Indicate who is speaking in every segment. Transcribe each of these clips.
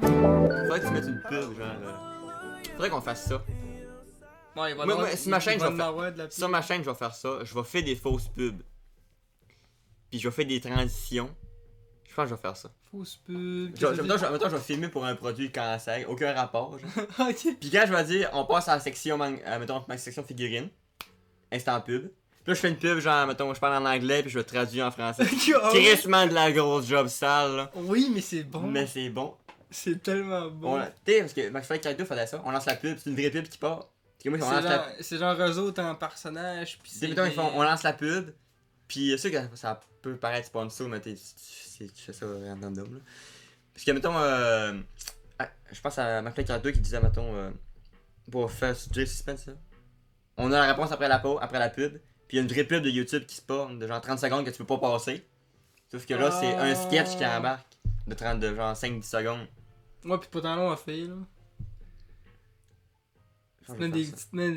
Speaker 1: Faudrait que tu mettes une pub, genre. Là. Faudrait qu'on fasse ça.
Speaker 2: Bon, il va
Speaker 1: Moi,
Speaker 2: devoir-
Speaker 1: moi, sur ma
Speaker 2: il
Speaker 1: chaîne,
Speaker 2: va
Speaker 1: je vais faire-
Speaker 2: devoir de la
Speaker 1: Sur ma chaîne, je vais faire ça. Je vais faire des fausses pubs. Puis je vais faire des transitions. Je pense que je vais faire ça.
Speaker 2: Fausse pub.
Speaker 1: Je,
Speaker 2: qu'est-ce
Speaker 1: je,
Speaker 2: que
Speaker 1: mettons,
Speaker 2: ça
Speaker 1: je, mettons, je vais filmer pour un produit cancer, aucun rapport. genre.
Speaker 2: dit? Ok.
Speaker 1: Puis quand je vais dire, on passe à la section, man- à, mettons, ma section figurine, instant pub. Puis là, je fais une pub, genre, mettons, je parle en anglais, puis je le traduis en français.
Speaker 2: Ah ouais.
Speaker 1: Crissement de la grosse job sale, là.
Speaker 2: Oui, mais c'est bon.
Speaker 1: Mais c'est bon.
Speaker 2: C'est tellement
Speaker 1: On-
Speaker 2: bon.
Speaker 1: Tu sais, parce que McFly Carito faisait ça, on lance la pub, c'est une vraie pub qui part. Parce que moi, on
Speaker 2: C'est
Speaker 1: lance la
Speaker 2: genre, c'est genre eux autres en personnage. Puis
Speaker 1: Des
Speaker 2: c'est.
Speaker 1: mettons, ils
Speaker 2: des-
Speaker 1: font, on lance la pub, puis c'est sûr que ça peut paraître sponsor, mais t'es- tu, tu- tu fais ça random. Là. Parce que, mettons, euh, ah, je pense à Marc 42 qui disait, mettons, euh, pour faire ce Jay Suspense, là. on a la réponse après la, pau- après la pub, puis il y a une vraie pub de YouTube qui se passe de genre 30 secondes que tu peux pas passer. Sauf que là, c'est un sketch qui
Speaker 2: Ah.
Speaker 1: embarque de 30, de genre 5-10 secondes.
Speaker 2: Ouais, puis pas tant long à faire, là.
Speaker 1: Je
Speaker 2: Tu
Speaker 1: pense
Speaker 2: te mets
Speaker 1: que je vais
Speaker 2: des.
Speaker 1: faire ça.
Speaker 2: Tu te mets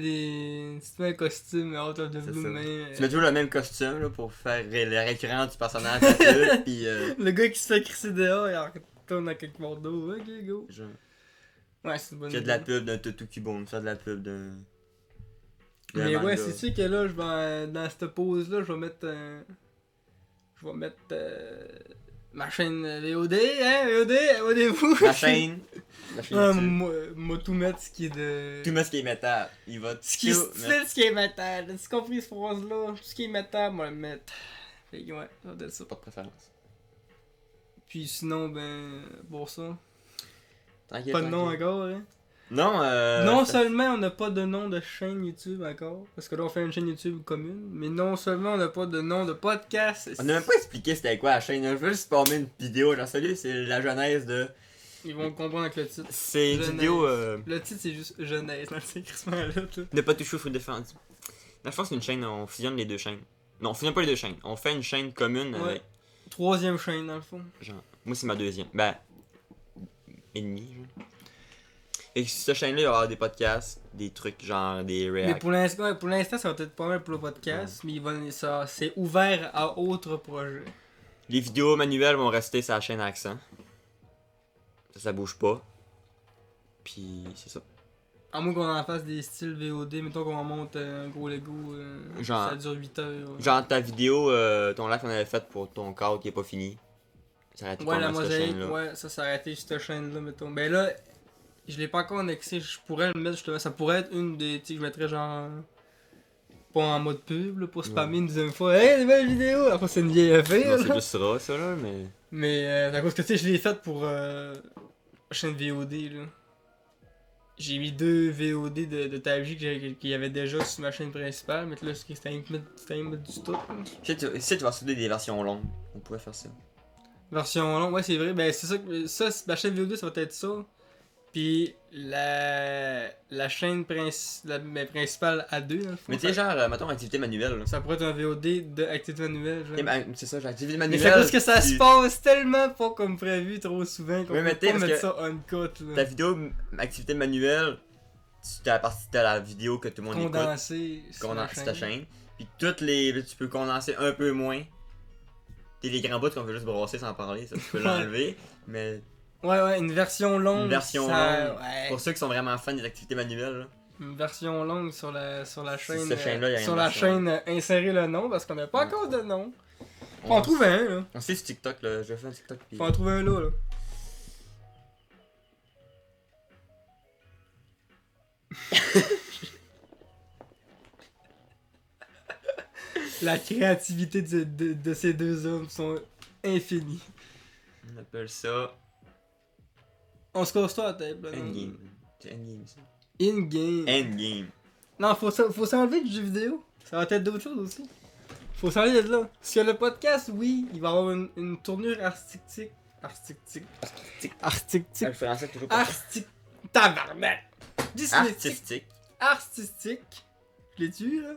Speaker 2: des. Tu te mets un costume out of the
Speaker 1: C'est
Speaker 2: blue,
Speaker 1: ça.
Speaker 2: mais.
Speaker 1: Tu mets toujours le même costume là, pour faire ré- le récurrent du personnage de la pub, puis. euh,
Speaker 2: Le gars qui se fait crisser dehors, il en retourne à quelques d'eau. Ok, go.
Speaker 1: je-
Speaker 2: Ouais, c'est une bonne
Speaker 1: Faire de la
Speaker 2: idée.
Speaker 1: pub d'un toutou qui bombe, faire de la pub d'un. d'un
Speaker 2: Mais ouais,
Speaker 1: manga.
Speaker 2: c'est sûr que là, je vais. Dans cette pause-là, je vais mettre. un- Je vais mettre. euh, Ma chaîne VOD, hein, VOD, abonnez-vous!
Speaker 1: La chaîne. La chaîne.
Speaker 2: Ah,
Speaker 1: YouTube.
Speaker 2: moi, moi, tout mettre ce qui est de.
Speaker 1: Tout ce qui est métal, il va
Speaker 2: Ce qui est
Speaker 1: tout mettre.
Speaker 2: style, ce qui est métal. As-tu compris cette phrase-là? Tout ce qui est métal, moi, le mettre. Fait que ouais, ça doit être ça.
Speaker 1: Pas de préférence.
Speaker 2: Puis sinon, ben, pour ça.
Speaker 1: Tranquille,
Speaker 2: Pas de nom
Speaker 1: tranquille.
Speaker 2: encore, hein.
Speaker 1: Non, euh.
Speaker 2: non
Speaker 1: ça-
Speaker 2: seulement on n'a pas de nom de chaîne YouTube encore, parce que là on fait une chaîne YouTube commune, mais non seulement on n'a pas de nom de podcast.
Speaker 1: On n'a même pas expliqué c'était quoi la chaîne. Je veux juste former une vidéo. Genre, salut, c'est la jeunesse de.
Speaker 2: Ils vont comprendre avec le titre.
Speaker 1: C'est
Speaker 2: Jeunesse.
Speaker 1: une vidéo. euh,
Speaker 2: Le titre c'est juste jeunesse, là, c'est crissement là, là.
Speaker 1: Ne pas toucher au fruit défendu. Non, je pense que c'est une chaîne, on fusionne les deux chaînes. Non, on fusionne pas les deux chaînes. On fait une chaîne commune
Speaker 2: Ouais.
Speaker 1: avec.
Speaker 2: Troisième chaîne dans le fond.
Speaker 1: Genre, moi c'est ma deuxième. Ben, ennemie, genre. Et sur cette chaîne-là, il va y avoir des podcasts, des trucs genre des
Speaker 2: Mais
Speaker 1: reacts.
Speaker 2: pour l'instant, pour l'instant ça va être pas mal pour le
Speaker 1: Mm.
Speaker 2: podcast, mais ils vont- ça, c'est ouvert à autres projets.
Speaker 1: Les vidéos manuelles vont rester sur la chaîne Accent. Ça, ça bouge pas. Puis, c'est ça.
Speaker 2: À moins qu'on en fasse des styles VOD, mettons qu'on en monte euh, un gros Lego, euh,
Speaker 1: Genre-
Speaker 2: ça dure 8 heures.
Speaker 1: Genre, ta vidéo, euh, ton live qu'on avait fait pour ton cadre qui est pas fini. Ça arrête
Speaker 2: Ouais, la
Speaker 1: cette
Speaker 2: mosaïque,
Speaker 1: chaîne-là.
Speaker 2: ouais, ça s'est arrêté sur cette chaîne-là, mettons. Ben là, je l'ai pas encore annexé, je pourrais le mettre justement. Ça pourrait être une des. Tu sais, que je mettrais genre. Pas en mode pub, là, pour spammer une deuxième fois. Hey, des belles vidéos! Après, c'est une vieille affaire,
Speaker 1: Bon, c'est
Speaker 2: là.
Speaker 1: juste raw, ça, là, mais.
Speaker 2: Mais euh, à cause que tu sais, je l'ai faite pour. Euh, chaîne VOD, là. J'ai mis deux VOD de, de Taiji que j'avais- qu'il y avait déjà sur ma chaîne principale, mais là, c'était un peu c'était un peu du tout. là.
Speaker 1: Si tu, si tu vas souder des versions longues, on pourrait faire ça.
Speaker 2: Version longue, ouais, c'est vrai. Ben, c'est ça que. Ça, c'est- la chaîne VO2, ça va être ça. Puis la, la chaîne princi- la, mais principale A2, dans le fond.
Speaker 1: Mais tu sais, genre, euh, mettons, activité manuelle. là.
Speaker 2: ça pourrait être un VOD de activité manuelle. Genre.
Speaker 1: Eh ben, C'est ça, j'ai activité
Speaker 2: mais
Speaker 1: manuelle.
Speaker 2: c'est parce que ça
Speaker 1: tu-
Speaker 2: se passe tellement pas comme prévu trop souvent qu'on
Speaker 1: Oui, mais
Speaker 2: peut
Speaker 1: t'sais,
Speaker 2: pas
Speaker 1: parce
Speaker 2: mettre
Speaker 1: que
Speaker 2: ça on cut.
Speaker 1: Ta
Speaker 2: Là.
Speaker 1: vidéo m- activité manuelle, tu t'as la partie de la vidéo que tout le monde écoute,
Speaker 2: Condensé. sur la
Speaker 1: condense ta chaîne. Puis toutes les. Tu peux condenser un peu moins. T'es les grands bouts qu'on veut juste brosser sans parler, ça tu peux l'enlever. Mais
Speaker 2: Ouais, ouais, une version longue.
Speaker 1: Une version
Speaker 2: ça-
Speaker 1: longue.
Speaker 2: ouais.
Speaker 1: pour ceux qui sont vraiment fans des activités manuelles, là,
Speaker 2: Une version longue sur la, sur la
Speaker 1: Sur
Speaker 2: chaîne.
Speaker 1: cette
Speaker 2: euh,
Speaker 1: chaîne-là, il y a
Speaker 2: sur
Speaker 1: une
Speaker 2: la
Speaker 1: version
Speaker 2: chaîne, euh, insérer le nom parce qu'on n'a pas
Speaker 1: Ouais.
Speaker 2: encore de nom. Faut
Speaker 1: on,
Speaker 2: en trouver un, là.
Speaker 1: on sait sur TikTok, là, je fais un TikTok. Puis...
Speaker 2: Faut en trouver un lot, là. La créativité de, de- de ces deux hommes sont infinies.
Speaker 1: On appelle ça
Speaker 2: On se casse toi la tête, là. non?
Speaker 1: Endgame. C'est Endgame, ça.
Speaker 2: In-game.
Speaker 1: Endgame.
Speaker 2: Non, faut, s'en- faut s'enlever du jeu vidéo. Ça va être d'autres choses aussi. Faut s'enlever de là. Parce que le podcast, oui, il va avoir une, une tournure artistique. Artistique. Artistique.
Speaker 1: Ah, Le français, toujours pas.
Speaker 2: Artistique. Tabarnak. Dyslexique.
Speaker 1: Artistique.
Speaker 2: Artistique. Je l'ai tué, là.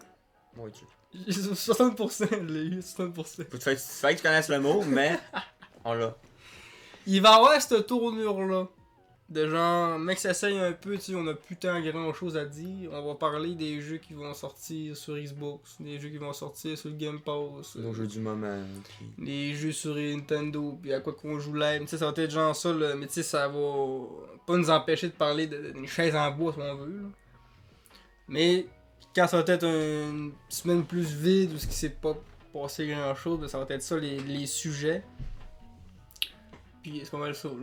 Speaker 1: Mon Dieu.
Speaker 2: J'ai 60%, je l'ai eu,
Speaker 1: Faut
Speaker 2: 60%.
Speaker 1: que tu- faut que tu connaisses le mot, mais on l'a.
Speaker 2: Il va avoir cette tournure-là. de genre, mec, ça essaye un peu, tu sais, on a putain grand chose à dire. On va parler des jeux qui vont sortir sur Xbox, des jeux qui vont sortir sur le Game Pass, euh,
Speaker 1: Nos jeux du moment. puis-
Speaker 2: les jeux sur Nintendo, puis à quoi qu'on joue live. Tu sais, ça va être genre ça, là, mais tu sais, ça va pas nous empêcher de parler de- d'une chaise en bois si on veut. là. Mais quand ça va être une semaine plus vide ou ce qui s'est pas passé grand chose, ben, ça va être ça, les, les sujets. Puis c'est pas mal ça, là.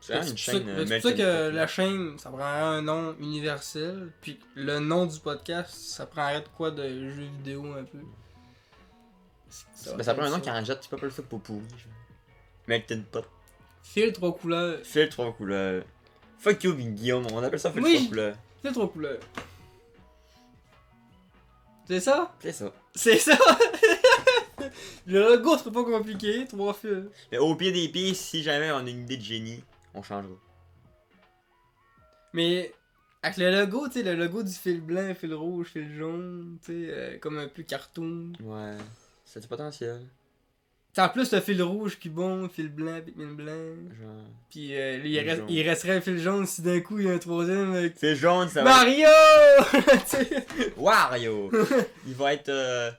Speaker 1: C'est vraiment une
Speaker 2: C'est pour
Speaker 1: chaîne.
Speaker 2: ça-
Speaker 1: euh,
Speaker 2: c'est pour
Speaker 1: melting
Speaker 2: ça que
Speaker 1: pot,
Speaker 2: la
Speaker 1: là.
Speaker 2: chaîne, ça prend un nom universel, puis le nom du podcast, ça prendrait de quoi de jeux vidéo un peu.
Speaker 1: Ben, ça prend un nom qui en jette un petit peu plus ça pour pourri. genre. Melting pot.
Speaker 2: Fil trois couleurs.
Speaker 1: Fil trois couleurs. Fuck you, Big Guillaume. On appelle ça fil
Speaker 2: Oui.
Speaker 1: trois couleurs.
Speaker 2: Fil trois couleurs. C'est ça?
Speaker 1: C'est ça.
Speaker 2: C'est ça! Le logo, c'est pas compliqué, trois fils.
Speaker 1: Mais au pied des pieds, si jamais on a une idée de génie, on changera.
Speaker 2: Mais avec le logo, tu sais, le logo du fil blanc, fil rouge, fil jaune, tu sais, euh, comme un peu cartoon.
Speaker 1: Ouais. C'est du potentiel.
Speaker 2: T'sais, en plus, le fil rouge qui bombe, fil blanc, Pikmin blanc.
Speaker 1: Genre.
Speaker 2: Puis euh, il,
Speaker 1: Fil
Speaker 2: reste-
Speaker 1: jaune.
Speaker 2: il resterait un fil jaune si d'un coup il y a un troisième. euh,
Speaker 1: C'est jaune, ça va.
Speaker 2: Mario! Tu sais,
Speaker 1: Wario Il va être euh,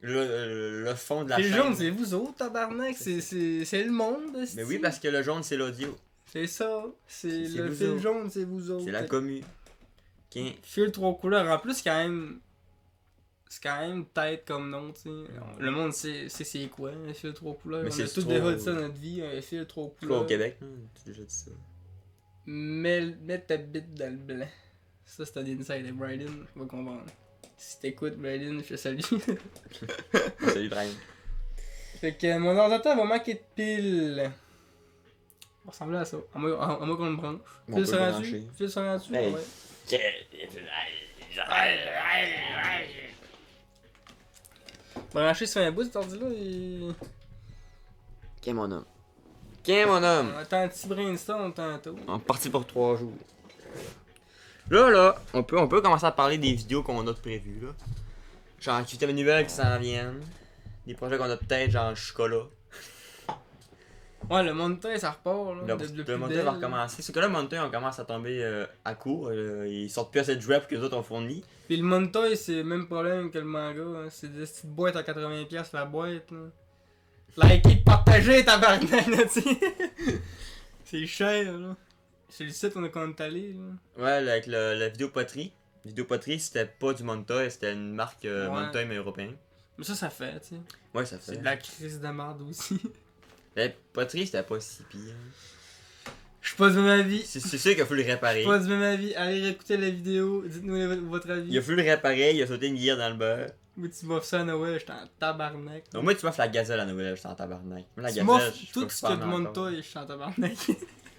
Speaker 1: le, le fond de la
Speaker 2: fil
Speaker 1: chaîne.
Speaker 2: jaune, c'est vous autres, tabarnak. C'est, c'est, c'est le monde.
Speaker 1: Mais oui, parce que le jaune, c'est l'audio.
Speaker 2: C'est ça. C'est,
Speaker 1: C'est
Speaker 2: le
Speaker 1: vous
Speaker 2: fil
Speaker 1: autres.
Speaker 2: jaune, c'est vous autres.
Speaker 1: C'est la
Speaker 2: Fait-
Speaker 1: commu. Qui-
Speaker 2: Fil trois couleurs. En plus, quand même. C'est quand même tête comme nom, tu sais. Le monde sait, sait c'est quoi, un fil trois couleurs.
Speaker 1: Mais
Speaker 2: On a
Speaker 1: c'est
Speaker 2: tous
Speaker 1: trop-
Speaker 2: déjà dit ça dans notre vie, un fil trois
Speaker 1: En tout cas,
Speaker 2: couleurs.
Speaker 1: au Québec, hmm, tu as déjà dit ça.
Speaker 2: Mets, mets ta bite dans le blanc. Ça, c'est un insight de Bryden. On va comprendre. Si t'écoutes, Bryden, je te salue.
Speaker 1: Salut Brian.
Speaker 2: fait que mon ordinateur va manquer de piles. Ça ressemblait à ça. À moins à- à moins qu'on le branche.
Speaker 1: On
Speaker 2: Fil
Speaker 1: peut
Speaker 2: sur
Speaker 1: le
Speaker 2: un
Speaker 1: brancher.
Speaker 2: dessus. Fil sur un dessus.
Speaker 1: Hey.
Speaker 2: ouais. Branché sur un bout, cet ordi-là. Et...
Speaker 1: Qui est mon homme Qui est mon homme
Speaker 2: On attend un petit brainstorm tantôt.
Speaker 1: On est parti pour trois jours. Là, là, on peut, on peut commencer à parler des vidéos qu'on a de prévues, là. Genre, activité nouvelles qui s'en viennent. Des projets qu'on a peut-être, genre, le chocolat.
Speaker 2: Ouais, le montage, ça repart. Là,
Speaker 1: Le,
Speaker 2: de- de
Speaker 1: le
Speaker 2: plus
Speaker 1: monteur
Speaker 2: belle.
Speaker 1: va recommencer. C'est que là, le monteur, on commence à tomber euh, à court. euh, ils sortent plus assez de jouets que les autres ont fourni.
Speaker 2: Puis le montage, c'est le même problème que le manga. hein. C'est des petites boîtes à 80$ la boîte. Là. Likez, partagez, tabarnak, là, tu sais. C'est cher, là. C'est le site où on est quand allé, là.
Speaker 1: Ouais, avec le- la vidéo poterie. Vidéo poterie, c'était pas du Montoy, c'était une marque euh,
Speaker 2: Ouais.
Speaker 1: Montoy, mais européen.
Speaker 2: Mais ça, ça fait, tu sais.
Speaker 1: Ouais, ça fait.
Speaker 2: C'est de la crise de merde aussi.
Speaker 1: La poterie, c'était pas si pire.
Speaker 2: Je suis pas de même avis.
Speaker 1: C'est c'est sûr qu'il a fallu le
Speaker 2: Je
Speaker 1: réparer.
Speaker 2: suis pas du même avis. Allez réécouter la vidéo. Dites-nous les- votre
Speaker 1: Il a
Speaker 2: avis.
Speaker 1: fallu le réparer, il a sauté une guerre dans le beurre.
Speaker 2: Ou tu m'offres ça à Noël, j'étais en tabarnak.
Speaker 1: Donc, moi, tu m'offres la gazelle à Noël, j'étais en tabarnak. Moi, la
Speaker 2: Tu
Speaker 1: Ah, gazelle,
Speaker 2: m'offres
Speaker 1: je peux
Speaker 2: tout
Speaker 1: pas
Speaker 2: ce que
Speaker 1: en
Speaker 2: demande
Speaker 1: encore.
Speaker 2: toi et je suis en tabarnak.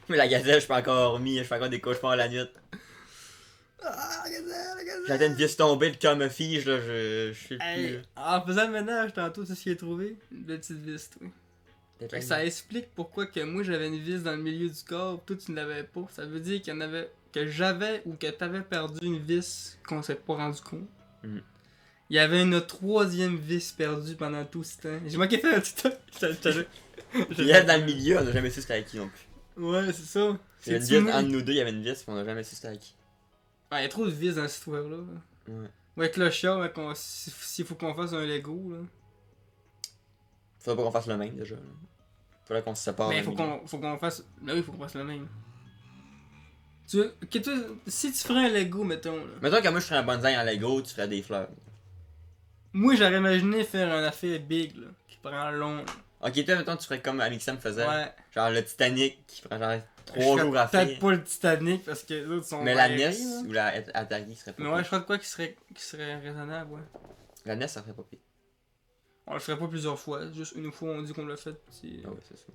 Speaker 1: Mais la gazelle, je suis pas encore remis, je fais encore des cauchemars la nuit. Ah, gazelle, gazelle. J'attends une vieille tombée, le cœur me fige, là, je, je sais plus.
Speaker 2: Hey, en faisant le ménage tantôt, c'est ce qu'il a trouvé. Une belle petite vis, toi. Fait que ça explique pourquoi que moi j'avais une vis dans le milieu du corps, toi tu ne l'avais pas. Ça veut dire qu'il y en avait que j'avais ou que t'avais perdu une vis qu'on s'est pas rendu compte.
Speaker 1: Mm.
Speaker 2: Il y avait une troisième vis perdue pendant tout ce temps. J'ai manqué de faire un petit truc. Je te- je te jure.
Speaker 1: Il y a dans le milieu, on a jamais su c'était à qui non plus.
Speaker 2: Ouais, c'est ça.
Speaker 1: Il y a une
Speaker 2: C'est-tu
Speaker 1: vis,
Speaker 2: moi?
Speaker 1: entre nous deux, il y avait une vis, mais on a jamais su c'était à qui.
Speaker 2: Ah, il y a trop de vis dans cette histoire-là.
Speaker 1: Ouais.
Speaker 2: Ouais, avec le chat, ouais, qu'on- s'il s'il faut qu'on fasse un Lego, là.
Speaker 1: Faudrait pas qu'on fasse le même déjà. Là. Faudrait qu'on se sépare.
Speaker 2: Mais
Speaker 1: au
Speaker 2: Ben, faut
Speaker 1: milieu.
Speaker 2: qu'on faut qu'on fasse. Là, oui, faut qu'on fasse le même. Tu veux- que toi, si tu ferais un Lego, mettons, là.
Speaker 1: Mettons que moi je ferais un bonsaï en Lego, tu ferais des fleurs.
Speaker 2: Moi, j'aurais imaginé faire un affaire big, là. Qui prend long. là.
Speaker 1: Ok, toi, mettons, tu ferais comme Amixem faisait.
Speaker 2: Ouais.
Speaker 1: Genre le Titanic qui prend genre
Speaker 2: Je
Speaker 1: 3
Speaker 2: ferais
Speaker 1: jours à faire.
Speaker 2: Peut-être pas le Titanic parce que les autres sont.
Speaker 1: Mais la
Speaker 2: variés,
Speaker 1: NES
Speaker 2: là.
Speaker 1: ou la Atari serait pas
Speaker 2: Mais Oh, ouais, je
Speaker 1: pire.
Speaker 2: crois de quoi qui serait, qui serait raisonnable, ouais.
Speaker 1: La NES, ça ferait pas pire.
Speaker 2: On le ferait pas plusieurs fois. Juste une fois, on dit qu'on l'a fait. puis-
Speaker 1: Ah ouais, c'est ça.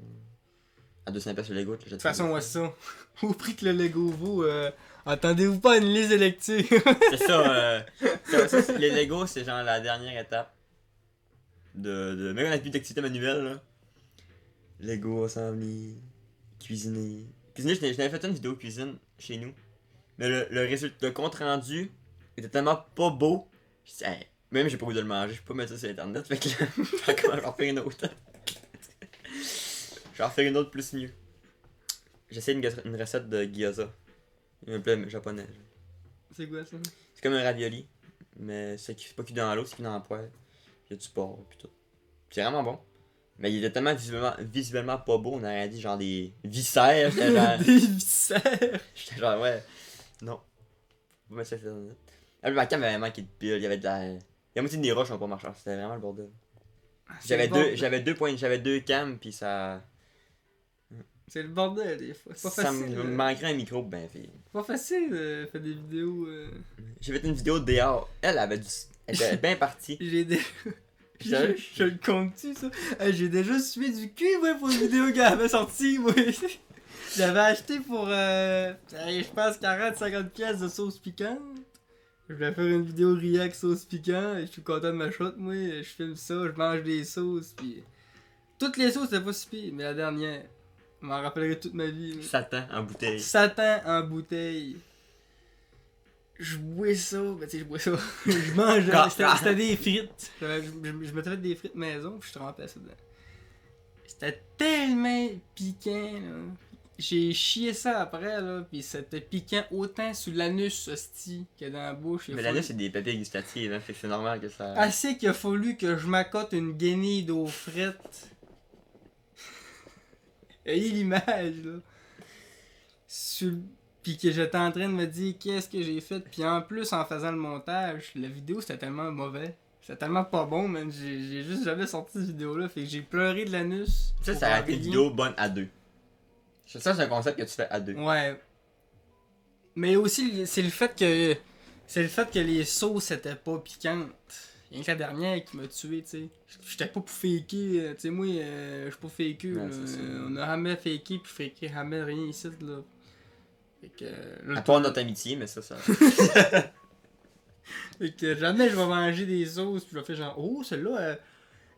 Speaker 1: À 200 pièces le Lego, tu
Speaker 2: De toute façon, ouais, c'est ça. Au prix que le Lego vaut, euh, attendez-vous pas à une liste de lecture.
Speaker 1: C'est ça, euh, ça, ça, c'est- les Lego, c'est genre la dernière étape. De, de... Même on a plus d'activité manuelle, là. Lego, assembly, cuisiner. Cuisiner, je n'ai- je n'avais fait une vidéo cuisine chez nous. Mais le, le résultat, le compte rendu était tellement pas beau. Je dis, Hey, même j'ai pas goût de le manger, je peux pas mettre ça sur internet. Fait que là, je vais en faire une autre. je vais en faire une autre plus mieux. J'essaie une, gu- une recette de gyoza. Un plat japonais. genre.
Speaker 2: C'est quoi ça
Speaker 1: C'est comme un ravioli, mais c'est qui- c'est pas cuit dans l'eau, c'est cuit dans la poêle. Il y a du porc, pis tout. Pis C'est vraiment bon. Mais il était tellement visuellement, visuellement pas beau, on aurait dit genre des viscères. J'étais genre,
Speaker 2: Des viscères
Speaker 1: j'étais genre, ouais, non. Vous mettez ça sur Internet. Ah, puis ma cam avait manqué de piles, il y avait de la. Il y a moitié des roches qui ont pas marché, c'était vraiment le bordel. J'avais
Speaker 2: C'est le
Speaker 1: deux,
Speaker 2: bordel.
Speaker 1: j'avais deux points, j'avais deux cams, pis ça.
Speaker 2: C'est le bordel des fois. C'est pas
Speaker 1: Ça
Speaker 2: facile.
Speaker 1: me
Speaker 2: euh,
Speaker 1: manquerait un micro, ben, fait.
Speaker 2: pas facile de faire des vidéos. euh,
Speaker 1: J'ai fait une vidéo de dehors. Elle avait du. Elle était bien partie.
Speaker 2: J'ai des.
Speaker 1: Sérieux?
Speaker 2: Je, je le compte-tu, ça? Hey, Euh, j'ai déjà sué du cul, moi, pour une vidéo qu'elle avait sortie, moi. J'avais acheté pour, euh, hey, je pense, 40-50 pièces de sauce piquante. Je vais faire une vidéo react sauce piquante. Je suis content de ma shot, moi. Je filme ça, je mange des sauces, puis... Toutes les sauces, c'était pas si pire, mais la dernière, je m'en rappellerai toute ma vie. là.
Speaker 1: Satan en bouteille.
Speaker 2: Satan en bouteille. Je bois ça, ben tu sais, je bois ça. je mange,
Speaker 1: Quand-
Speaker 2: c'était
Speaker 1: quand-
Speaker 2: c'était des frites. J'avais- Je, je, je m'étais fait des frites maison, puis je trempais ça dedans. C'était tellement piquant, là. J'ai chié ça après, là, puis c'était piquant autant sur l'anus, hostie, que dans la bouche. Il a
Speaker 1: Mais l'année,
Speaker 2: fallu-
Speaker 1: c'est des papiers gustatifs, hein, fait que c'est normal que ça.
Speaker 2: Assez qu'il a fallu que je m'accote une guenille d'eau frette. Ayez l'image, là. Sur le- Puis que j'étais en train de me dire qu'est-ce que j'ai fait. Puis en plus, en faisant le montage, la vidéo c'était tellement mauvais. C'était tellement pas bon, man. J'ai j'ai juste jamais sorti cette vidéo-là. Fait que j'ai pleuré de l'anus.
Speaker 1: ça,
Speaker 2: pour
Speaker 1: ça a été
Speaker 2: rien.
Speaker 1: une vidéo bonne à deux. Ça, c'est un concept que tu fais à deux.
Speaker 2: Ouais. Mais aussi, c'est le fait que. C'est le fait que les sauces étaient pas piquantes. Rien que la dernière qui m'a tué, tu sais. J'étais pas pour faker. euh, Tu sais, moi, euh, je suis pas faker.
Speaker 1: Ouais,
Speaker 2: là. Euh,
Speaker 1: c'est ça.
Speaker 2: On a jamais faké, puis faké jamais rien ici, là. Fait que. euh, là,
Speaker 1: À part notre amitié, mais ça, ça.
Speaker 2: fait que jamais je vais manger des sauces, puis je vais faire genre, oh, celle-là, elle-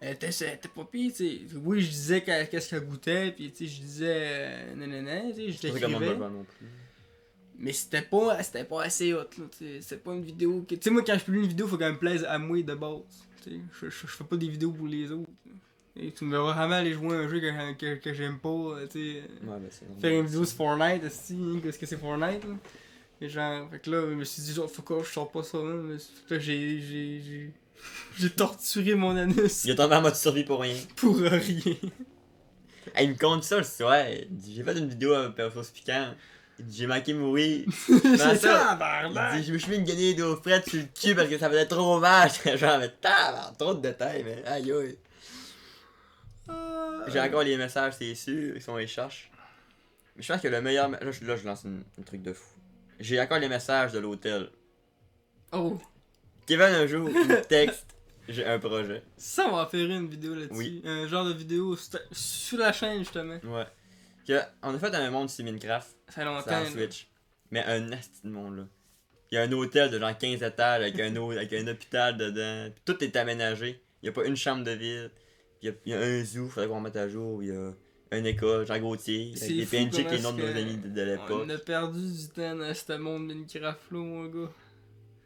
Speaker 2: elle était elle était pas pire, tu sais. Oui, je disais qu'elle- qu'est-ce qu'elle goûtait, puis tu sais, je disais, euh, nanana, tu sais, je
Speaker 1: C'est pas comme on
Speaker 2: l'écrivais.
Speaker 1: veut pas non plus.
Speaker 2: Mais c'était pas, c'était pas assez hot, là, tu sais. C'était pas une vidéo que... Tu sais, moi, quand je publie une vidéo, faut qu'elle me plaise à moi de base, tu sais. Je, je, je fais pas des vidéos pour les autres. Et tu me verras jamais aller jouer à un jeu que, que, que j'aime pas, euh, tu sais.
Speaker 1: Ouais, ben, c'est normal.
Speaker 2: Faire une vidéo sur Fortnite, est-ce que c'est Fortnite, là? Mais genre, fait que là, je me suis dit, genre, faut que je sors pas ça, là. Mais c'est- fait que là, j'ai, j'ai, j'ai... J'ai torturé mon anus
Speaker 1: Il est tombé en mode survie pour rien.
Speaker 2: pour rien.
Speaker 1: Hey, il me compte ça le soir. Il dit, J'ai fait une vidéo à sauce piquant. Il dit, J'ai manqué mourir.
Speaker 2: C'est
Speaker 1: Ben, ça,
Speaker 2: ça,
Speaker 1: Il
Speaker 2: barbe!
Speaker 1: dit Je me suis mis une guenille d'eau frette sur le cul parce que ça faisait trop mal. J'étais genre, mais t'as trop de détails, mais aïe aïe. J'ai encore les messages, c'est sûr, ils sont les cherche. Mais je pense que le meilleur. Là, je, là, je lance une- un truc de fou. J'ai encore les messages de l'hôtel.
Speaker 2: Oh,
Speaker 1: Kevin, un jour, il me texte J'ai un projet.
Speaker 2: ça, on va faire une vidéo là-dessus.
Speaker 1: Oui.
Speaker 2: Un genre de vidéo sur sur la chaîne, justement.
Speaker 1: Ouais. Que, on a fait un monde sur Minecraft,
Speaker 2: Ça fait
Speaker 1: sur la
Speaker 2: longtemps. là.
Speaker 1: Switch. Mais un asti de monde, là. Il y a un hôtel de genre 15 étages avec un, hô- avec un hôpital dedans. Puis tout est aménagé. Il n'y a pas une chambre de ville. Il y a, il y a un zoo, faudrait qu'on mette à jour. Il y a une école, Jean Gauthier.
Speaker 2: C'est
Speaker 1: Avec des
Speaker 2: fou
Speaker 1: PNJ,
Speaker 2: comment
Speaker 1: les noms de
Speaker 2: est-ce
Speaker 1: nos
Speaker 2: que
Speaker 1: amis de, de l'époque.
Speaker 2: On a perdu du temps dans ce monde Minecraft là, mon gars.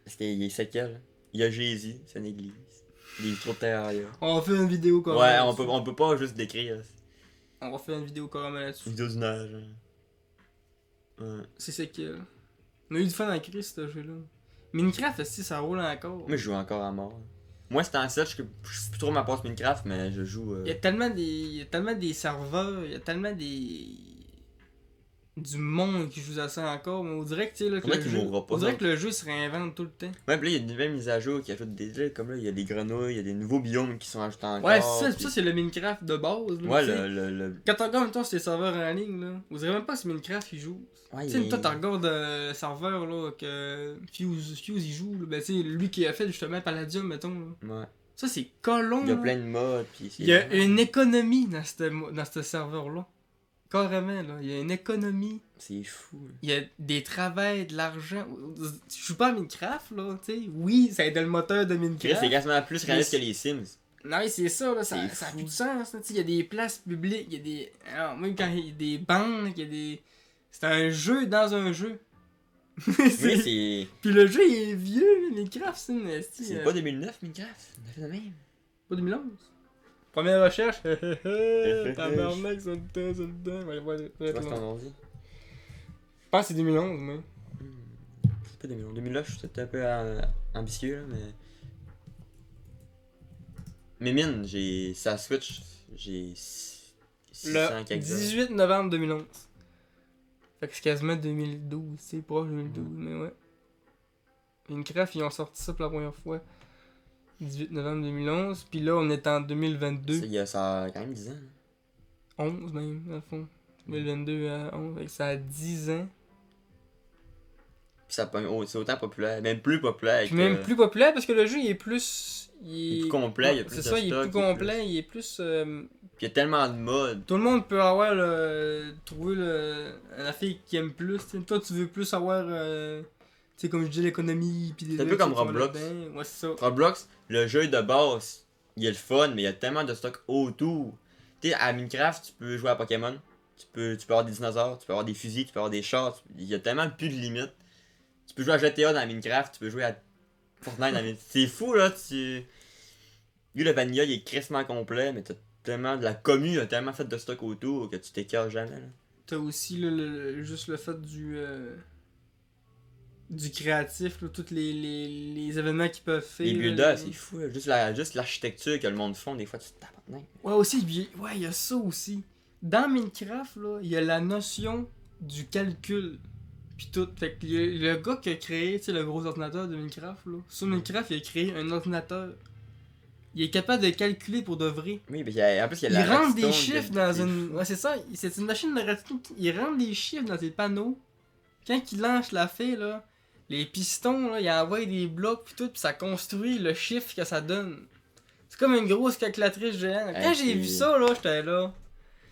Speaker 1: Parce qu'il est séquel. Il y a Jésus, c'est une église. Il est trop terraria.
Speaker 2: On va faire une vidéo quand
Speaker 1: Ouais, on peut, on peut pas juste décrire. C'est
Speaker 2: On va faire une vidéo quand même là-dessus.
Speaker 1: Une vidéo d'une heure, genre. Ouais.
Speaker 2: C'est ça que. On a eu du fun en crise, ce jeu-là. Minecraft, aussi, ça roule encore.
Speaker 1: Moi, je joue encore à mort. Moi, c'est en 7, je je suis plus trop ma passe Minecraft, mais je joue. euh,
Speaker 2: Il y a tellement des, il y a tellement des serveurs, il y a tellement des du monde qui joue à ça encore, mais on dirait que tu sais là que
Speaker 1: On dirait
Speaker 2: le
Speaker 1: qu'il
Speaker 2: jeu,
Speaker 1: mourra pas,
Speaker 2: on dirait
Speaker 1: non.
Speaker 2: que le jeu se réinvente tout le temps.
Speaker 1: Ouais, puis là, il y a des nouvelles mises à jour qui ajoutent des îles. Comme là, il y a des grenouilles, il y a des nouveaux biomes qui sont ajoutés encore.
Speaker 2: Ouais, c'est ça,
Speaker 1: puis-
Speaker 2: ça c'est le Minecraft de base. là,
Speaker 1: Ah, Ouais,
Speaker 2: tu
Speaker 1: le.
Speaker 2: sais.
Speaker 1: le, le-
Speaker 2: Quand on regarde mettons, sur les serveurs en ligne là, on dirait même pas que c'est Minecraft qui joue.
Speaker 1: Ouais,
Speaker 2: Tu
Speaker 1: il-
Speaker 2: sais, toi, tu regardes euh, le serveur là, que Fuse, Fuse il joue, là, ben, tu sais, lui qui a fait justement Palladium, mettons. là.
Speaker 1: Ouais.
Speaker 2: Ça, c'est colon.
Speaker 1: Il y a
Speaker 2: là.
Speaker 1: plein de modes, puis c'est-
Speaker 2: Il y a une économie dans ce mo- dans ce serveur là. Carrément, là. Il y a une économie.
Speaker 1: C'est fou. là.
Speaker 2: Il y a des travails, de l'argent. Je joue pas à Minecraft, là, tu sais. Oui, ça aide le moteur de
Speaker 1: Chris, C'est
Speaker 2: Minecraft.
Speaker 1: quasiment plus réaliste que les Sims.
Speaker 2: Non, mais c'est ça, là, ça,
Speaker 1: C'est
Speaker 2: ça a
Speaker 1: fou.
Speaker 2: plus de sens, là, tu sais. Il y a des places publiques, il y a des. Alors, même quand il y a des bandes, il y a des. C'est un jeu dans un jeu.
Speaker 1: Oui,
Speaker 2: C'est-
Speaker 1: c'est.
Speaker 2: Puis le jeu il est vieux, là, Minecraft, c'est une. esti,
Speaker 1: C'est
Speaker 2: euh,
Speaker 1: pas 2009, Minecraft. On a fait la même.
Speaker 2: pas 2011. Première recherche. Tabarnak, ça le temps, ça le temps. On va aller voir-
Speaker 1: Tu vois ce qu'on en dit?
Speaker 2: pense que c'est 2011, mais.
Speaker 1: C'est pas 2000. 2009, c'était un peu euh, ambitieux, là, mais. Mais mine, j'ai. Ça Switch, j'ai. six- 600
Speaker 2: Le
Speaker 1: quelques heures.
Speaker 2: 18 novembre 2011. Fait que c'est quasiment 2012, c'est proche de 2012,
Speaker 1: Mm.
Speaker 2: mais ouais. Minecraft, ils ont sorti ça pour la première fois. 18 novembre 2011, puis là on est en
Speaker 1: Ça,
Speaker 2: 2022,
Speaker 1: il y a- ça a quand même 10 ans. là.
Speaker 2: 11 même, dans le fond.
Speaker 1: Mm.
Speaker 2: 2022 à 11, fait que ça a 10 ans.
Speaker 1: Puis ça pogne haut, c'est autant populaire, même plus populaire.
Speaker 2: Puis même
Speaker 1: que-
Speaker 2: plus populaire parce que le jeu il est plus.
Speaker 1: Il est plus complet, il y a
Speaker 2: Ouais,
Speaker 1: plus
Speaker 2: C'est
Speaker 1: de
Speaker 2: ça, il est
Speaker 1: stock, il
Speaker 2: plus
Speaker 1: est
Speaker 2: complet, il est plus. euh,
Speaker 1: Puis il y a tellement de modes.
Speaker 2: Tout le monde peut avoir le. trouver le, la fille qui aime plus. tu sais. Toi, tu veux plus avoir. euh, Tu sais, comme je dis, l'économie. puis des-
Speaker 1: C'est un peu comme
Speaker 2: qui sont
Speaker 1: Roblox.
Speaker 2: là-dedans. Ouais, c'est ça.
Speaker 1: Roblox, le jeu de base, il est le fun, mais il y a tellement de stock autour. Tu sais, à Minecraft, tu peux jouer à Pokémon, tu peux, tu peux avoir des dinosaures, tu peux avoir des fusils, tu peux avoir des chars, tu- il y a tellement plus de limites. Tu peux jouer à GTA dans Minecraft, tu peux jouer à Fortnite dans Minecraft. C'est fou là, tu. Lui, le vanilla, il est crissement complet, mais t'as tellement. La commu a tellement fait de stock autour que tu t'écœures jamais. Là.
Speaker 2: T'as aussi là, le- le- juste le fait du. euh, du créatif, là, tous les, les, les événements qu'ils peuvent faire.
Speaker 1: Les
Speaker 2: là,
Speaker 1: builders, c'est fou, là. juste la- juste l'architecture que le monde font, des fois tu te tapes en dedans.
Speaker 2: Ouais, aussi, il- ouais, il y a ça aussi. Dans Minecraft, là, il y a la notion du calcul. Puis tout. Fait que le, le gars qui a créé, tu sais, le gros ordinateur de Minecraft, là, sur Minecraft, il a créé un ordinateur. Il est capable de calculer pour de vrai.
Speaker 1: Oui, puis il y a- en plus, il y a
Speaker 2: Il
Speaker 1: la
Speaker 2: rentre des
Speaker 1: redstone,
Speaker 2: chiffres
Speaker 1: il y a-
Speaker 2: dans une. Ouais, c'est ça, il- c'est une machine de redstone. qui- Il rentre des chiffres dans ses panneaux. Quand il lance la fée, là, les pistons, là, il envoie des blocs, puis tout, puis ça construit le chiffre que ça donne. C'est comme une grosse calculatrice géante. Quand
Speaker 1: Hey,
Speaker 2: j'ai
Speaker 1: c'est-
Speaker 2: vu ça, là, j'étais là.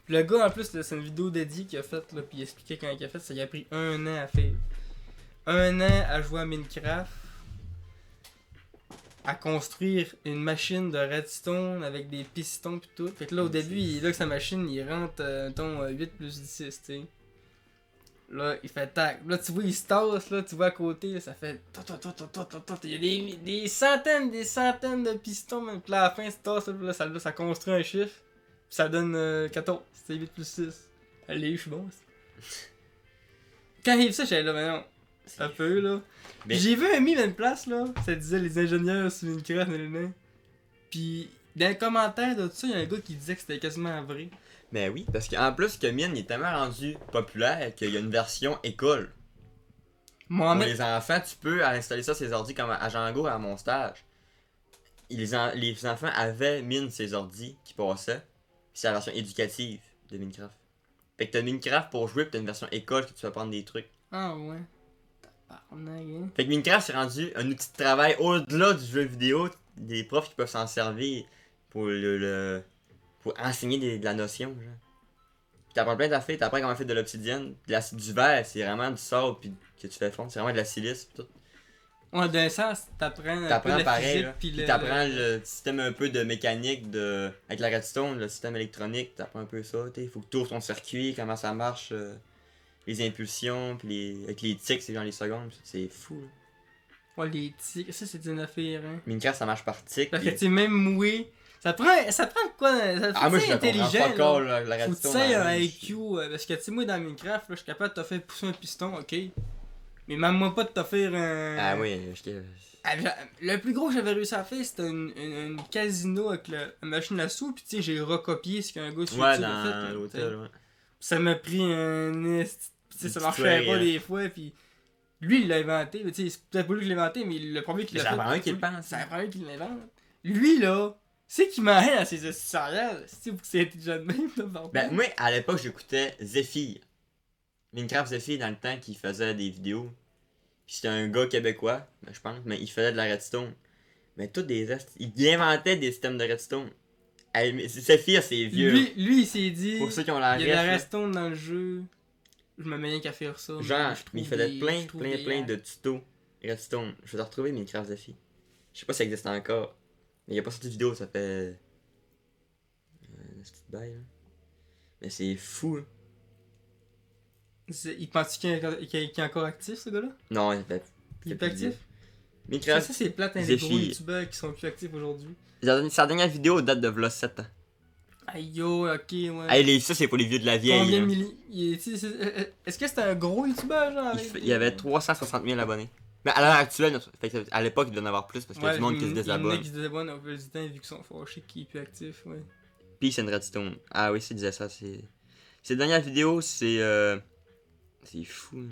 Speaker 2: Puis le gars, en plus, là, c'est une vidéo dédiée qu'il a faite, là, puis il expliquait quand il a fait ça. Il a pris un an à faire. Un an à jouer à Minecraft. À construire une machine de redstone avec des pistons pis tout. Fait que là, au début, il est là que sa machine, il rentre, euh, mettons, euh, 8 plus 10, tu sais. Là, il fait tac. Là, tu vois, il se tasse, là, tu vois à côté, là, ça fait. tot, tot, tot, tot, tot, tot, tot. Il y a des, des centaines, des centaines de pistons, même. Puis là, à la fin, il se tasse, là, puis là, ça, là, ça construit un chiffre. Puis ça donne euh, 14. C'était 8 plus 6. Allez, je suis bon. c'est- Quand il y a eu ça, j'étais là, mais non. C'est un peu, là.
Speaker 1: Mais-
Speaker 2: J'ai vu un meme à une place, là. Ça disait les ingénieurs sur Minecraft, nanana. Puis, dans les commentaires de tout ça, il y a un gars qui disait que c'était quasiment vrai.
Speaker 1: Ben oui, parce qu'en plus, que Mine il est tellement rendu populaire qu'il y a une version école.
Speaker 2: Moi,
Speaker 1: Pour les enfants, tu peux installer ça sur les ordi comme à Django à mon stage. Les, en- les enfants avaient Mine ses ordi qui passaient. Puis c'est la version éducative de Minecraft. Fait que t'as Minecraft pour jouer, puis t'as une version école que tu vas apprendre des trucs.
Speaker 2: Ah ouais. Tabarnak, hein.
Speaker 1: Fait que Minecraft c'est rendu un outil de travail au-delà du jeu vidéo, des profs qui peuvent s'en servir pour le, le- pour enseigner des- de la notion, genre. Puis t'apprends plein d'affaires, t'apprends comment faire de l'obsidienne, de la- du verre, c'est vraiment du sable puis que tu fais fondre, c'est vraiment de la silice pis tout.
Speaker 2: Ouais, d'un sens, t'apprends un peu
Speaker 1: T'apprends
Speaker 2: la
Speaker 1: pareil,
Speaker 2: physique,
Speaker 1: là.
Speaker 2: puis
Speaker 1: puis
Speaker 2: le-
Speaker 1: t'apprends le système un peu de mécanique de avec la redstone, le système électronique, t'apprends un peu ça, tu faut que tu ouvres ton circuit, comment ça marche, euh, les impulsions, puis les, avec les tics, c'est genre les secondes, c'est fou. là.
Speaker 2: Ouais, les tics, ça c'est une affaire, hein.
Speaker 1: Minecraft ça marche par tics.
Speaker 2: Parce
Speaker 1: puis-
Speaker 2: que t'es même moué. Ça prend, ça prend de quoi dans- Ça
Speaker 1: Ah, moi, je
Speaker 2: c'est
Speaker 1: le comprends pas
Speaker 2: intelligent. là.
Speaker 1: encore, là, la
Speaker 2: Faut que
Speaker 1: redstone.
Speaker 2: tu sais,
Speaker 1: dans
Speaker 2: un
Speaker 1: la vie.
Speaker 2: IQ, euh, parce que tu sais, moi dans Minecraft, là, je suis capable de te faire pousser un piston, ok. Mais même moi pas de te faire un.
Speaker 1: Ah oui, je te-
Speaker 2: Ah, j'a- Le plus gros que j'avais réussi à faire, c'était une, une, une casino avec le- la machine à sous, puis tu sais, j'ai recopié ce qu'un gars sur
Speaker 1: Ouais,
Speaker 2: YouTube a fait,
Speaker 1: dans
Speaker 2: euh, là, tu sais.
Speaker 1: l'hôtel, ouais.
Speaker 2: ça m'a pris un esti- tu sais, ça
Speaker 1: Une petite
Speaker 2: marchait
Speaker 1: soirée,
Speaker 2: pas
Speaker 1: hein.
Speaker 2: des fois puis lui il l'a inventé mais tu sais c'est peut-être pas lui qui l'a inventé mais le premier qui
Speaker 1: Mais c'est
Speaker 2: l'a fait
Speaker 1: la première qui le pense.
Speaker 2: c'est le premier qui l'invente lui là c'est qui m'a à ses essais c'est que c'est intelligent de même là, pardon.
Speaker 1: Ben, moi, à l'époque, j'écoutais Zephyr. Minecraft Zephyr, dans le temps, qui faisait des vidéos. Puis c'était un gars québécois, ben, je pense, mais il faisait de la redstone. Mais toutes des. est- Il inventait des systèmes de redstone. Elle- mais Zephyr, c'est vieux.
Speaker 2: lui lui il s'est dit
Speaker 1: Pour ceux qui ont la
Speaker 2: il y a
Speaker 1: ref,
Speaker 2: des
Speaker 1: là.
Speaker 2: restons dans le jeu je me mets rien qu'à faire ça
Speaker 1: Genre,
Speaker 2: je trouve
Speaker 1: mais il faisait
Speaker 2: des-
Speaker 1: plein,
Speaker 2: je trouve
Speaker 1: plein,
Speaker 2: des
Speaker 1: plein
Speaker 2: hacks.
Speaker 1: de tutos Redstone. Je vais retrouver Minecraft Zephyr. Je sais pas si ça existe encore. Mais il a pas sorti de vidéo, ça fait. Euh, une petite bail, là. Mais c'est fou, hein. là.
Speaker 2: C'est- il pense qu'il est, qu'il est- qu'il est encore actif ce gars là
Speaker 1: Non, il fait.
Speaker 2: il
Speaker 1: C'est plus
Speaker 2: est plus actif
Speaker 1: vieux.
Speaker 2: ça,
Speaker 1: Minecraft.
Speaker 2: ça, c'est plate hein, les gros
Speaker 1: Zephyr.
Speaker 2: youtubeurs qui sont plus actifs aujourd'hui
Speaker 1: Sa dernière- sa dernière vidéo date de v'là 7 ans.
Speaker 2: Aïe yo, ok, ouais.
Speaker 1: Hey, les- ça, c'est pour les vieux de la vieille.
Speaker 2: Combien de
Speaker 1: là.
Speaker 2: milli- il est- tu sais, c'est- euh, Est-ce que c'était un gros youtubeur, genre
Speaker 1: Il,
Speaker 2: avec...
Speaker 1: fait- il y avait 360 000 abonnés. Mais à l'heure actuelle, fait que à l'époque, il devait en avoir plus parce qu'il y a
Speaker 2: Ouais,
Speaker 1: du monde qui se
Speaker 2: il- Il y en a
Speaker 1: désabonne.
Speaker 2: qui se désabonnent au fil du temps vu qu'ils sont fâchés qu'ils sont plus actifs, ouais.
Speaker 1: Peace and Redstone. Ah oui, c'est disait ça. C'est. Cette dernière vidéo, c'est. euh, C'est fou. hein.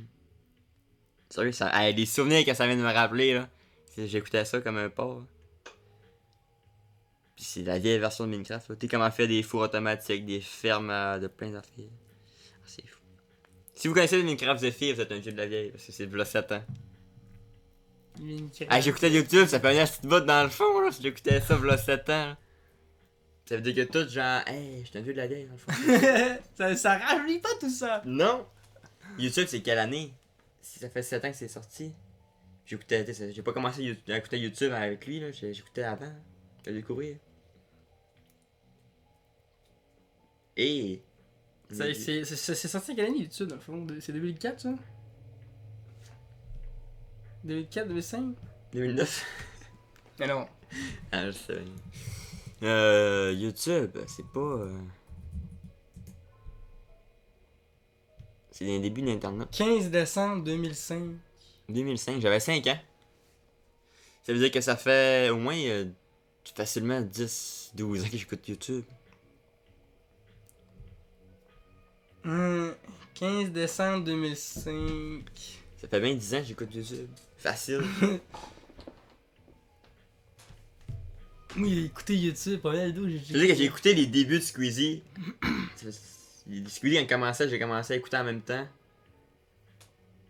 Speaker 1: Sérieux, ça. Hey, les souvenirs que ça vient de me rappeler, là. C'est- J'écoutais ça comme un porc. Puis c'est la vieille version de Minecraft, là. Tu sais comment faire des fours automatiques, des fermes à- de plein d'affaires. Ah, c'est fou. Si vous connaissez le Minecraft Zephyr, vous êtes un vieux de la vieille, parce que c'est de 7 ans.
Speaker 2: Minecraft.
Speaker 1: Ah, j'écoutais YouTube, ça faisait un petite botte dans le fond, là. J'écoutais ça, v'là 7 ans. là. Ça veut dire que tout, genre, hey, j'étais un vieux de la vieille, dans le fond.
Speaker 2: ça, ça rajeunit pas tout ça.
Speaker 1: Non! YouTube, c'est quelle année? Si ça fait 7 ans que c'est sorti. J'écoutais, tu sais, j'ai pas commencé You- à écouter YouTube avec lui, là. j'ai- J'écoutais avant, que découvrir. Et.
Speaker 2: Ça, C'est c'est- c'est- c'est sorti à quelle année YouTube dans le fond de- C'est 2004 ça 2004, 2005
Speaker 1: 2009.
Speaker 2: Mais non.
Speaker 1: Ah, je sais. Euh, YouTube, c'est pas. euh, C'est les débuts d'Internet.
Speaker 2: 15 décembre 2005.
Speaker 1: 2005, j'avais 5 ans. Ça veut dire que ça fait au moins euh, facilement 10, 12 ans que j'écoute YouTube.
Speaker 2: Hum, 15 décembre 2005.
Speaker 1: Ça fait bien 10 ans que j'écoute YouTube. Facile.
Speaker 2: Oui, j'ai écouté YouTube, pas mal d'eau, j'ai
Speaker 1: Je veux dire que j'ai écouté les débuts de Squeezie. Ça fait- les- Squeezie, quand commençait, j'ai commencé à écouter en même temps.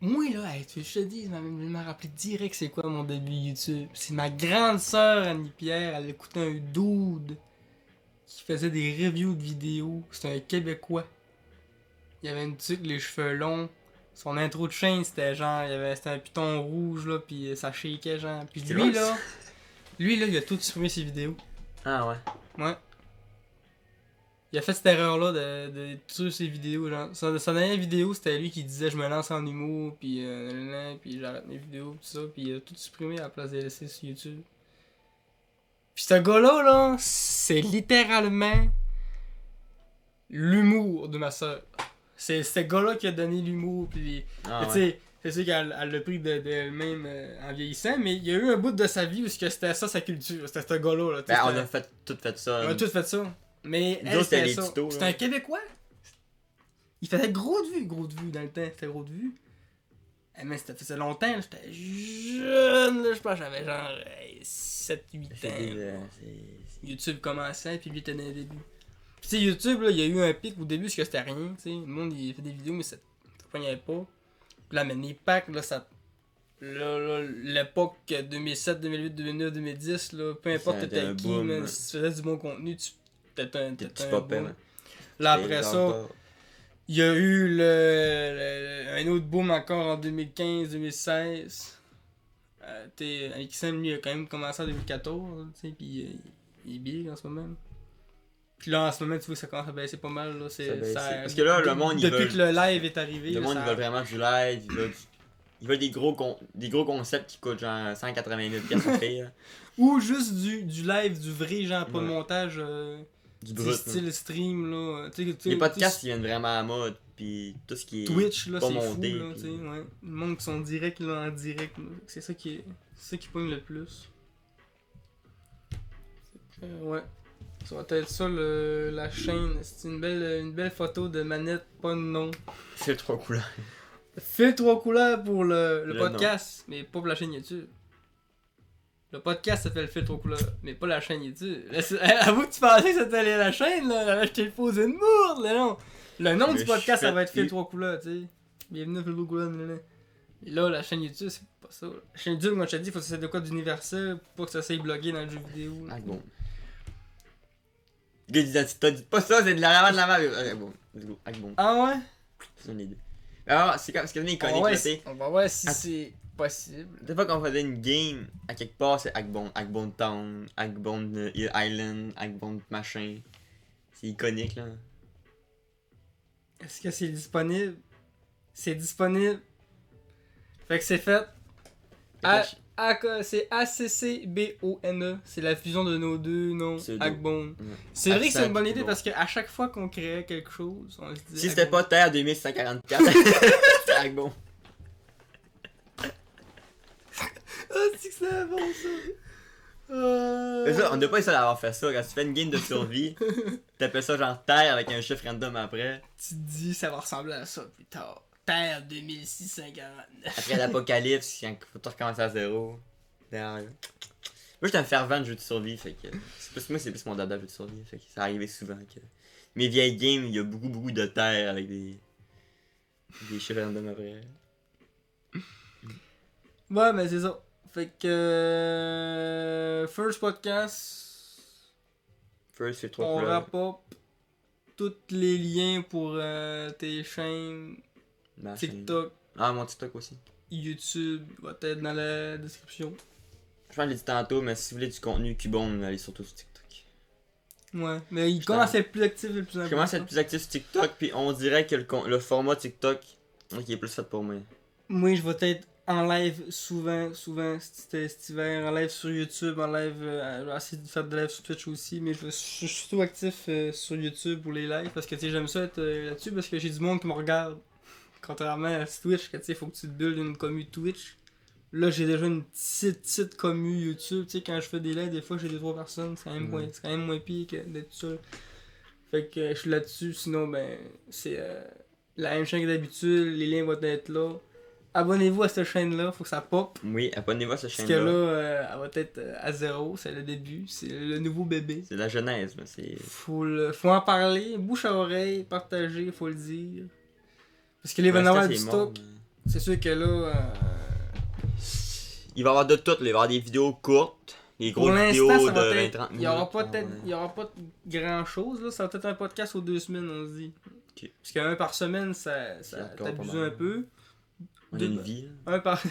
Speaker 2: Moi là, hey, tu veux que je te dis, je m'a- je m'a rappelé direct c'est quoi mon début YouTube. C'est ma grande sœur Annie Pierre, elle écoutait un dude qui faisait des reviews de vidéos. C'était un Québécois. Il avait une tuque, les cheveux longs. Son intro de chaîne, c'était genre, il y avait c'était un piton rouge là, puis ça shakeait genre. Puis
Speaker 1: C'est
Speaker 2: lui
Speaker 1: vrai,
Speaker 2: là, lui là, il a tout supprimé ses vidéos.
Speaker 1: Ah ouais.
Speaker 2: Ouais. Il a fait cette erreur-là de, de tuer ses vidéos. Genre. Sa, sa dernière vidéo, c'était lui qui disait Je me lance en humour, puis, euh, nanana, puis j'arrête mes vidéos, tout ça. Puis il a tout supprimé à la place de laisser sur YouTube. Puis ce gars-là, là, c'est littéralement l'humour de ma soeur. C'est ce gars-là qui a donné l'humour, puis les-
Speaker 1: Ah,
Speaker 2: tu
Speaker 1: ouais.
Speaker 2: sais, c'est sûr qu'elle elle l'a pris de- d'elle-même euh, en vieillissant, mais il y a eu un bout de sa vie où ce que c'était ça sa culture. C'était ce gars-là. Là, tu sais,
Speaker 1: Ben, on
Speaker 2: c'était-
Speaker 1: a fait, tout fait ça.
Speaker 2: on a tous fait ça.
Speaker 1: Euh,
Speaker 2: Mais
Speaker 1: Nous
Speaker 2: elle,
Speaker 1: autres, c'était
Speaker 2: c'était
Speaker 1: les
Speaker 2: ça.
Speaker 1: tutos, là.
Speaker 2: C'était un Québécois. Il faisait gros de vue, gros de vue dans le temps. C'était gros de vue. Eh, mais ça faisait longtemps, là, j'étais jeune, là, je pense que j'avais genre 7-8
Speaker 1: C'est
Speaker 2: ans.
Speaker 1: des, euh, c'est-
Speaker 2: YouTube commençait, puis lui était dans les débuts. Puis tu sais, YouTube, là, il y a eu un pic au début, parce que c'était rien, tu sais. Le monde, il fait des vidéos, mais ça ça pognait pas. Puis là, maintenant, les packs, là, ça... Là, là, l'époque 2007, 2008, 2009, 2010, là, peu importe
Speaker 1: Ça a été
Speaker 2: t'étais
Speaker 1: un
Speaker 2: qui,
Speaker 1: boom,
Speaker 2: man,
Speaker 1: ouais.
Speaker 2: si tu faisais du bon contenu, tu... T'étais un,
Speaker 1: T'es
Speaker 2: t'étais
Speaker 1: petit
Speaker 2: un
Speaker 1: popin,
Speaker 2: boom.
Speaker 1: hein.
Speaker 2: Là, après
Speaker 1: T'es
Speaker 2: ça...
Speaker 1: genre pas-
Speaker 2: Il y a eu le, le- un autre boom encore en 2015-2016. Euh, t'es- avec Sam, lui, il a quand même commencé en 2014, tu sais, puis euh, il est big en ce moment. Puis là, en ce moment, tu vois que ça commence à baisser pas mal. Là, c'est,
Speaker 1: Ça baisse.
Speaker 2: ça-
Speaker 1: Parce que là, le monde, ils
Speaker 2: Depuis
Speaker 1: veulent-
Speaker 2: que le live est arrivé,
Speaker 1: Le
Speaker 2: là,
Speaker 1: monde,
Speaker 2: ça-
Speaker 1: ils veulent vraiment du live, ils veulent, du- ils veulent des, gros con- des gros concepts qui coûtent genre 180 000 piastres à faire, là.
Speaker 2: ou juste du, du live, du vrai, genre, pas de
Speaker 1: Ouais.
Speaker 2: montage, euh,
Speaker 1: Du
Speaker 2: du
Speaker 1: brut. là.
Speaker 2: style stream. Là, euh, tu sais, tu sais,
Speaker 1: Les podcasts,
Speaker 2: tu
Speaker 1: ils viennent vraiment à mode, puis tout ce qui est.
Speaker 2: sais, Twitch, là,
Speaker 1: pas
Speaker 2: c'est fou.
Speaker 1: monté,
Speaker 2: Là,
Speaker 1: puis-
Speaker 2: tu sais, ouais. Le monde qui sont direct, là, en direct. là. C'est ça qui, est- c'est ça qui pogne le plus. Euh, ouais. Ça va être ça le, la chaîne. C'est une belle, une belle photo de manette, pas de nom.
Speaker 1: C'est trop cool.
Speaker 2: Fait trois couleurs pour le, le
Speaker 1: Le
Speaker 2: podcast, mais pas pour la chaîne YouTube. Le podcast s'appelle Filtre aux couleurs, mais pas la chaîne YouTube. Là, c'est- Avoue que tu pensais que c'était la chaîne, là. Là, je t'ai posé une bourde, là, non. Le nom
Speaker 1: Mais
Speaker 2: du
Speaker 1: je
Speaker 2: podcast, ça
Speaker 1: fais
Speaker 2: va être
Speaker 1: plus.
Speaker 2: Filtre aux couleurs, tu sais. Bienvenue à Filtre aux couleurs, là, là. Et Là, la chaîne YouTube, c'est pas ça. La chaîne YouTube, moi, je te dis, faut que ça soit de quoi d'universel pour pas que ça soit blogué dans le jeu vidéo.
Speaker 1: Ah, bon. Le gars disait, tu t'as dit pas ça, c'est de la lavande de la merde. Ah, bon, let's go. Ah, bon,
Speaker 2: Ah ouais?
Speaker 1: c'est ça, les deux. Alors, Ah, c'est comme ce qui devient
Speaker 2: On va
Speaker 1: iconique,
Speaker 2: voir
Speaker 1: là, tu
Speaker 2: si-
Speaker 1: sais.
Speaker 2: on va voir si
Speaker 1: Ah.
Speaker 2: c'est possible.
Speaker 1: Des fois qu'on faisait une game, à quelque part, c'est Agbond, Agbond Town, Agbond euh, Island, Agbond machin. C'est iconique, là.
Speaker 2: Est-ce que c'est disponible? C'est disponible. Fait que c'est fait.
Speaker 1: Fait que
Speaker 2: Ah,
Speaker 1: là, je-
Speaker 2: A- c'est A-C-C-B-O-N-E. E. C'est la fusion de nos deux noms.
Speaker 1: Pseudo.
Speaker 2: Hackbone.
Speaker 1: Ouais.
Speaker 2: C'est vrai que c'est une bonne
Speaker 1: Accent,
Speaker 2: idée
Speaker 1: pseudo.
Speaker 2: parce qu'à chaque fois qu'on créait quelque chose, on se disait.
Speaker 1: Si c'était
Speaker 2: Hackbone.
Speaker 1: pas Terre 2644, c'était Agbon.
Speaker 2: Ah, c'est que c'est bon ça!
Speaker 1: Mais ça, on
Speaker 2: Euh...
Speaker 1: n'a pas essayé d'avoir fait ça. Quand tu fais une game de survie, t'appelles ça genre Terre avec un chiffre random après.
Speaker 2: Tu te dis, ça va ressembler à ça plus tard. Terre 2649.
Speaker 1: Après l'apocalypse, quand faut tout recommencer à zéro. Derrière. Moi, j'étais un fervent de jeu de survie, fait que. C'est plus, moi, c'est plus mon dada de jeu de survie, fait que ça arrivait souvent que. Mes vieilles games, il y a beaucoup, beaucoup de terre avec des. des chiffres random après.
Speaker 2: Ouais, mais c'est ça. Fait que. euh, First podcast,
Speaker 1: First, c'est
Speaker 2: on
Speaker 1: trois couleurs.
Speaker 2: rapporte tous les liens pour euh, tes chaînes
Speaker 1: Ma chaîne.
Speaker 2: TikTok,
Speaker 1: Ah, mon TikTok aussi.
Speaker 2: YouTube, va être dans la description.
Speaker 1: Je pense que je l'ai dit tantôt, mais si vous voulez du contenu Cubone, allez surtout sur TikTok.
Speaker 2: Ouais, mais il
Speaker 1: Putain.
Speaker 2: commence à être plus actif de plus en
Speaker 1: Je
Speaker 2: plus.
Speaker 1: commence à être plus actif sur TikTok, puis on dirait que le, con- le format TikTok qui est plus fait pour moi.
Speaker 2: Moi, je vais être en live souvent, souvent cet cet hiver, en live sur YouTube, en live. euh, je vais essayer de faire des lives sur Twitch aussi, mais je, vais- je suis surtout actif euh, sur YouTube pour les lives parce que tu sais, j'aime ça être euh, là-dessus parce que j'ai du monde qui me regarde. Contrairement à Twitch, que tu sais, faut que tu te buildes une commu Twitch. Là, j'ai déjà une petite, petite commu YouTube. Tu sais, quand je fais des lives, des fois, j'ai deux, trois personnes. C'est quand même
Speaker 1: Mm.
Speaker 2: moins, c'est quand même moins pire que d'être seul. Fait que euh, je suis là-dessus. Sinon, ben, c'est euh, la même chaîne que d'habitude. Les liens vont être là. Abonnez-vous à cette chaîne-là. Faut que ça pop.
Speaker 1: Oui, abonnez-vous à cette
Speaker 2: Parce que là,
Speaker 1: chaîne-là.
Speaker 2: euh, elle va être euh, à zéro. C'est le début. C'est le nouveau bébé.
Speaker 1: C'est de la genèse, là. C'est.
Speaker 2: Faut, le- faut en parler. Bouche à oreille. Partager. Faut le dire. Parce que les
Speaker 1: Pour
Speaker 2: ben
Speaker 1: l'instant,
Speaker 2: du
Speaker 1: c'est
Speaker 2: stock.
Speaker 1: mort, mais-
Speaker 2: C'est sûr que là. euh,
Speaker 1: Il va y avoir de tout, là. il va y avoir des vidéos courtes, des
Speaker 2: Pour
Speaker 1: grosses
Speaker 2: l'instant,
Speaker 1: vidéos
Speaker 2: ça
Speaker 1: de
Speaker 2: va
Speaker 1: 20-30
Speaker 2: être.
Speaker 1: minutes.
Speaker 2: Il n'y aura pas
Speaker 1: Ouais.
Speaker 2: peut-être- il y aura pas grand chose, là. Ça va peut-être un podcast aux deux semaines, on se dit.
Speaker 1: Ok.
Speaker 2: Parce qu'un par semaine, ça,
Speaker 1: C'est
Speaker 2: ça
Speaker 1: encore pas
Speaker 2: t'abuse
Speaker 1: mal.
Speaker 2: un peu.
Speaker 1: On a
Speaker 2: deux-
Speaker 1: une vie, là.
Speaker 2: Un par.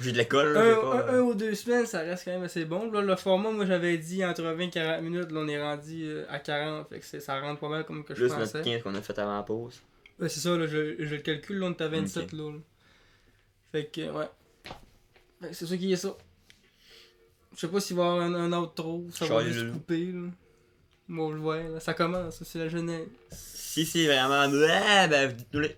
Speaker 1: J'ai de l'école,
Speaker 2: un,
Speaker 1: là. j'ai pas,
Speaker 2: un- un
Speaker 1: euh,
Speaker 2: ou deux semaines, ça reste quand même assez bon. Là, le format, moi j'avais dit entre 20 et 40 minutes, là on est rendu euh, à 40. Fait que c'est- ça rentre pas mal comme que je
Speaker 1: Plus
Speaker 2: pensais.
Speaker 1: notre 15 qu'on a fait avant la pause.
Speaker 2: Ouais, c'est ça, là, je, je le calcule, là, on est à 27, là, là. Fait que, ouais. Fait que c'est ça qui est ça. Je sais pas s'il va y avoir un, un autre trop, ça va
Speaker 1: Charlie
Speaker 2: juste
Speaker 1: Lelou.
Speaker 2: couper, là. Bon, le voir, là, ça commence, c'est la jeunesse.
Speaker 1: Si c'est vraiment. Ouais, ben, dites-nous les.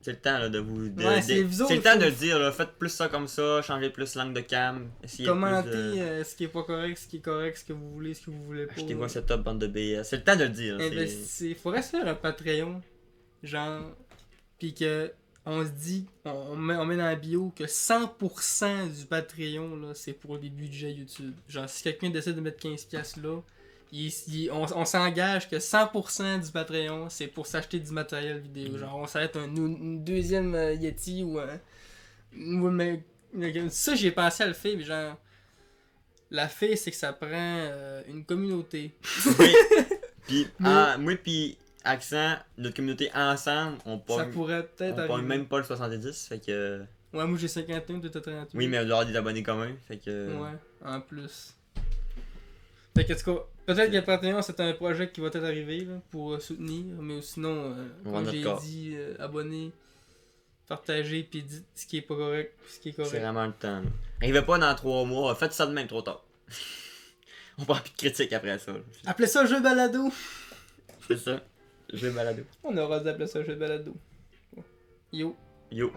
Speaker 1: C'est le temps là, de vous. de-
Speaker 2: Ouais,
Speaker 1: de-
Speaker 2: c'est vous autres,
Speaker 1: le temps
Speaker 2: faut-
Speaker 1: de le dire, là. faites plus ça comme ça, changez plus langue de cam. Essayez
Speaker 2: Commentez
Speaker 1: plus. euh,
Speaker 2: euh, ce qui est pas correct, ce qui est correct, ce que vous voulez, ce que vous voulez pas.
Speaker 1: Achetez-vous un setup, bande de BS. C'est le temps de le dire.
Speaker 2: Eh
Speaker 1: c'est-
Speaker 2: ben, Investissez. Faudrait se faire un Patreon, genre, pis que on se dit, on, on met, on met dans la bio que 100% du Patreon, là, c'est pour les budgets YouTube. Genre, si quelqu'un décide de mettre 15$ là, il- il- on, on s'engage que 100% du Patreon, c'est pour s'acheter du matériel vidéo.
Speaker 1: Mhm.
Speaker 2: Genre, on s'arrête un, nou- une deuxième euh, Yeti ou un... ou un ma- une- ça, j'ai pensé à le faire, mais genre... La fille, c'est que ça prend euh, une communauté.
Speaker 1: Oui. Puis,
Speaker 2: Mais-
Speaker 1: en- moi, puis Accent, notre communauté ensemble, on
Speaker 2: ça
Speaker 1: pogne
Speaker 2: pourrait
Speaker 1: on
Speaker 2: peut-être
Speaker 1: pogne
Speaker 2: arriver.
Speaker 1: même pas le 70. Fait que.
Speaker 2: Ouais, moi j'ai 51, toi t'as 38.
Speaker 1: Oui, mais euh, on doit avoir des abonnés communs. Fait que.
Speaker 2: Ouais, en plus. Fait que, en tout cas, peut-être que le Patreon c'est un projet qui va peut-être arriver là, pour euh, soutenir, mais sinon, euh,
Speaker 1: On va
Speaker 2: comme
Speaker 1: notre
Speaker 2: j'ai
Speaker 1: corps.
Speaker 2: dit, euh, abonnez, partagez, puis dites ce qui est pas correct, puis ce qui est
Speaker 1: C'est
Speaker 2: correct.
Speaker 1: vraiment le temps. là. Arrivez pas dans 3 mois, faites ça de même trop tard. on prend plus de critiques après ça. là.
Speaker 2: Appelez ça jeu balado!
Speaker 1: C'est ça. Je vais me balader.
Speaker 2: On aura d'appeler ça jeu balado. Yo!
Speaker 1: Yo.